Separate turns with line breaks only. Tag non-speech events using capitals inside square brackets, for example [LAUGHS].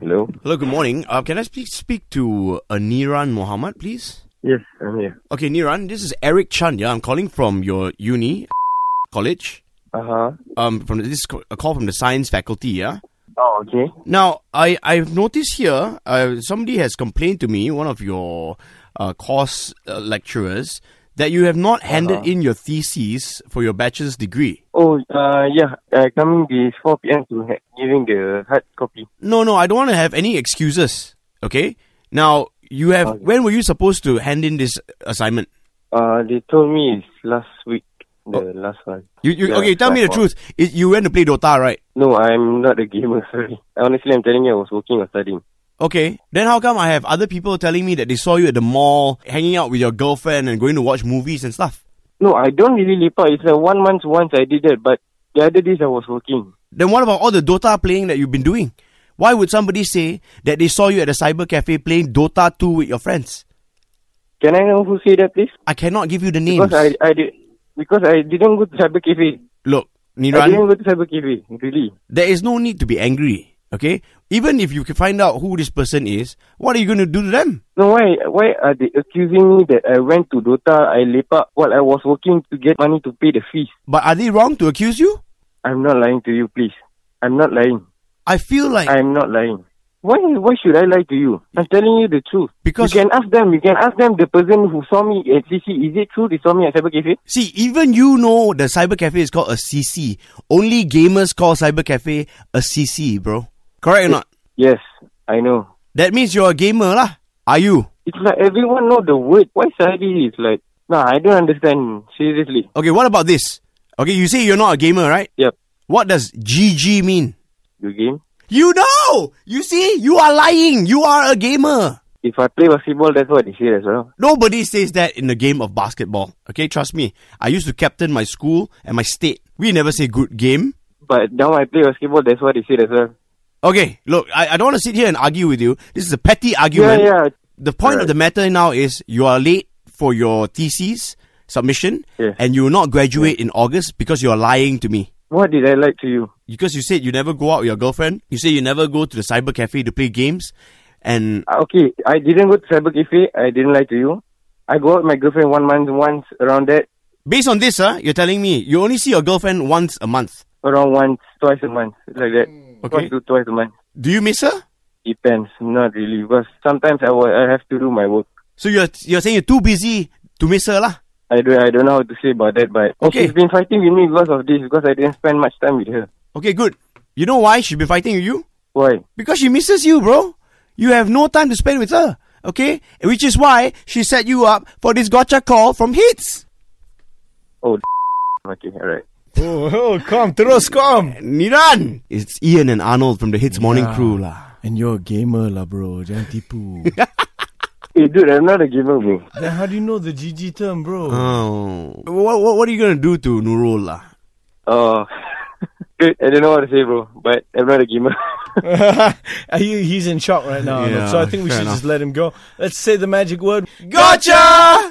Hello.
Hello, good morning. Uh, can I please speak to uh, Niran Mohammed, please?
Yes, I'm here.
Okay, Niran, this is Eric Chan. Yeah, I'm calling from your uni college.
Uh huh.
Um, from this is a call from the science faculty. Yeah.
Oh, okay.
Now, I I've noticed here uh, somebody has complained to me, one of your uh, course uh, lecturers, that you have not handed in your theses for your bachelor's degree.
Oh, uh, yeah. Uh, coming this 4 p.m. to ha- giving the hard copy.
No, no, I don't want to have any excuses. Okay. Now you have. When were you supposed to hand in this assignment?
Uh, they told me it's last week, the last one.
You, you
Yeah,
okay? Tell me the
that's
truth. Is you went to play Dota, right?
No, I'm not a gamer. [LAUGHS] Sorry. Honestly, I'm telling you, I was working or studying.
Okay. Then how come I have other people telling me that they saw you at the mall, hanging out with your girlfriend and going to watch movies and stuff?
No, I don't really leap out. It's like one month once I did that, but the other days I was working.
Then what about all the Dota playing that you've been doing? Why would somebody say that they saw you at a cyber cafe playing Dota 2 with your friends?
Can I know who said that, please?
I cannot give you the names.
Because I, I did. Because I didn't go to Cyber Cafe.
Look,
I didn't
Niran,
go to Cyber Cafe, really.
there is no need to be angry, okay? Even if you can find out who this person is, what are you going to do to them?
No, why? Why are they accusing me that I went to Dota, I lep up while I was working to get money to pay the fees?
But are they wrong to accuse you?
I'm not lying to you, please. I'm not lying.
I feel like
I'm not lying. Why? Why should I lie to you? I'm telling you the truth.
Because-
you can ask them. You can ask them. The person who saw me at CC, is it true they saw me at Cyber Cafe?
See, even you know the cyber cafe is called a CC. Only gamers call cyber cafe a CC, bro. Correct or not?
Yes, I know.
That means you're a gamer lah. Are you?
It's like everyone know the word. Why suddenly it's like? Nah, I don't understand. Seriously.
Okay, what about this? Okay, you say you're not a gamer, right?
Yep.
What does GG mean?
The game.
You know! You see, you are lying. You are a gamer.
If I play basketball, that's what they say as well.
Nobody says that in the game of basketball. Okay, trust me. I used to captain my school and my state. We never say good game.
But now I play basketball, that's what they say as well.
Okay, look, I, I don't want to sit here and argue with you. This is a petty
Yeah,
argument.
yeah.
the point of
Alright.
the matter now is you are late for your thesis submission
Yes.
and you will not graduate in August because you are lying to me.
What did I lie to you?
Because you said you never go out with your girlfriend, you say you never go to the cyber cafe to play games, and
Ah, Okay, I didn't go to Cyber Cafe. I didn't lie to you. I go out with my girlfriend one month once, around that,
based on this, huh, you're telling me you only see your girlfriend once a month.
around once, twice a month, like that.
Okay.
Once to twice a month.
Do you miss her?
Depends, not really, because sometimes I wa- I have to do my work.
So you're you're saying you're too busy to miss her lah.
I don't, I don't know how to say about that, but
Okay.
she's been fighting with me because of this, because I didn't spend much time with her.
Okay, good. You know why she be fighting with you?
Why?
Because she misses you, bro. You have no time to spend with her. Okay? Which is why she set you up for this gotcha call from Hits.
Oh, okay, alright.
Oh, oh, come, terus come.
Niran! It's Ian and Arnold from the Hits Morning Crew lah.
And you're a gamer lah bro, jangan [LAUGHS] tipu.
Hey, dude, I'm not a gamer, bro.
Then how do you know the GG term bro?
Oh. What, what, what are you gonna do to Nurul lah?
Oh, [LAUGHS] dude, I don't know what to say, bro, but I'm not a gamer.
[LAUGHS]
[LAUGHS]
he, he's in shock right now.
Yeah,
so I think we
fair
should
enough.
just let him go. Let's say the magic word.
Gotcha!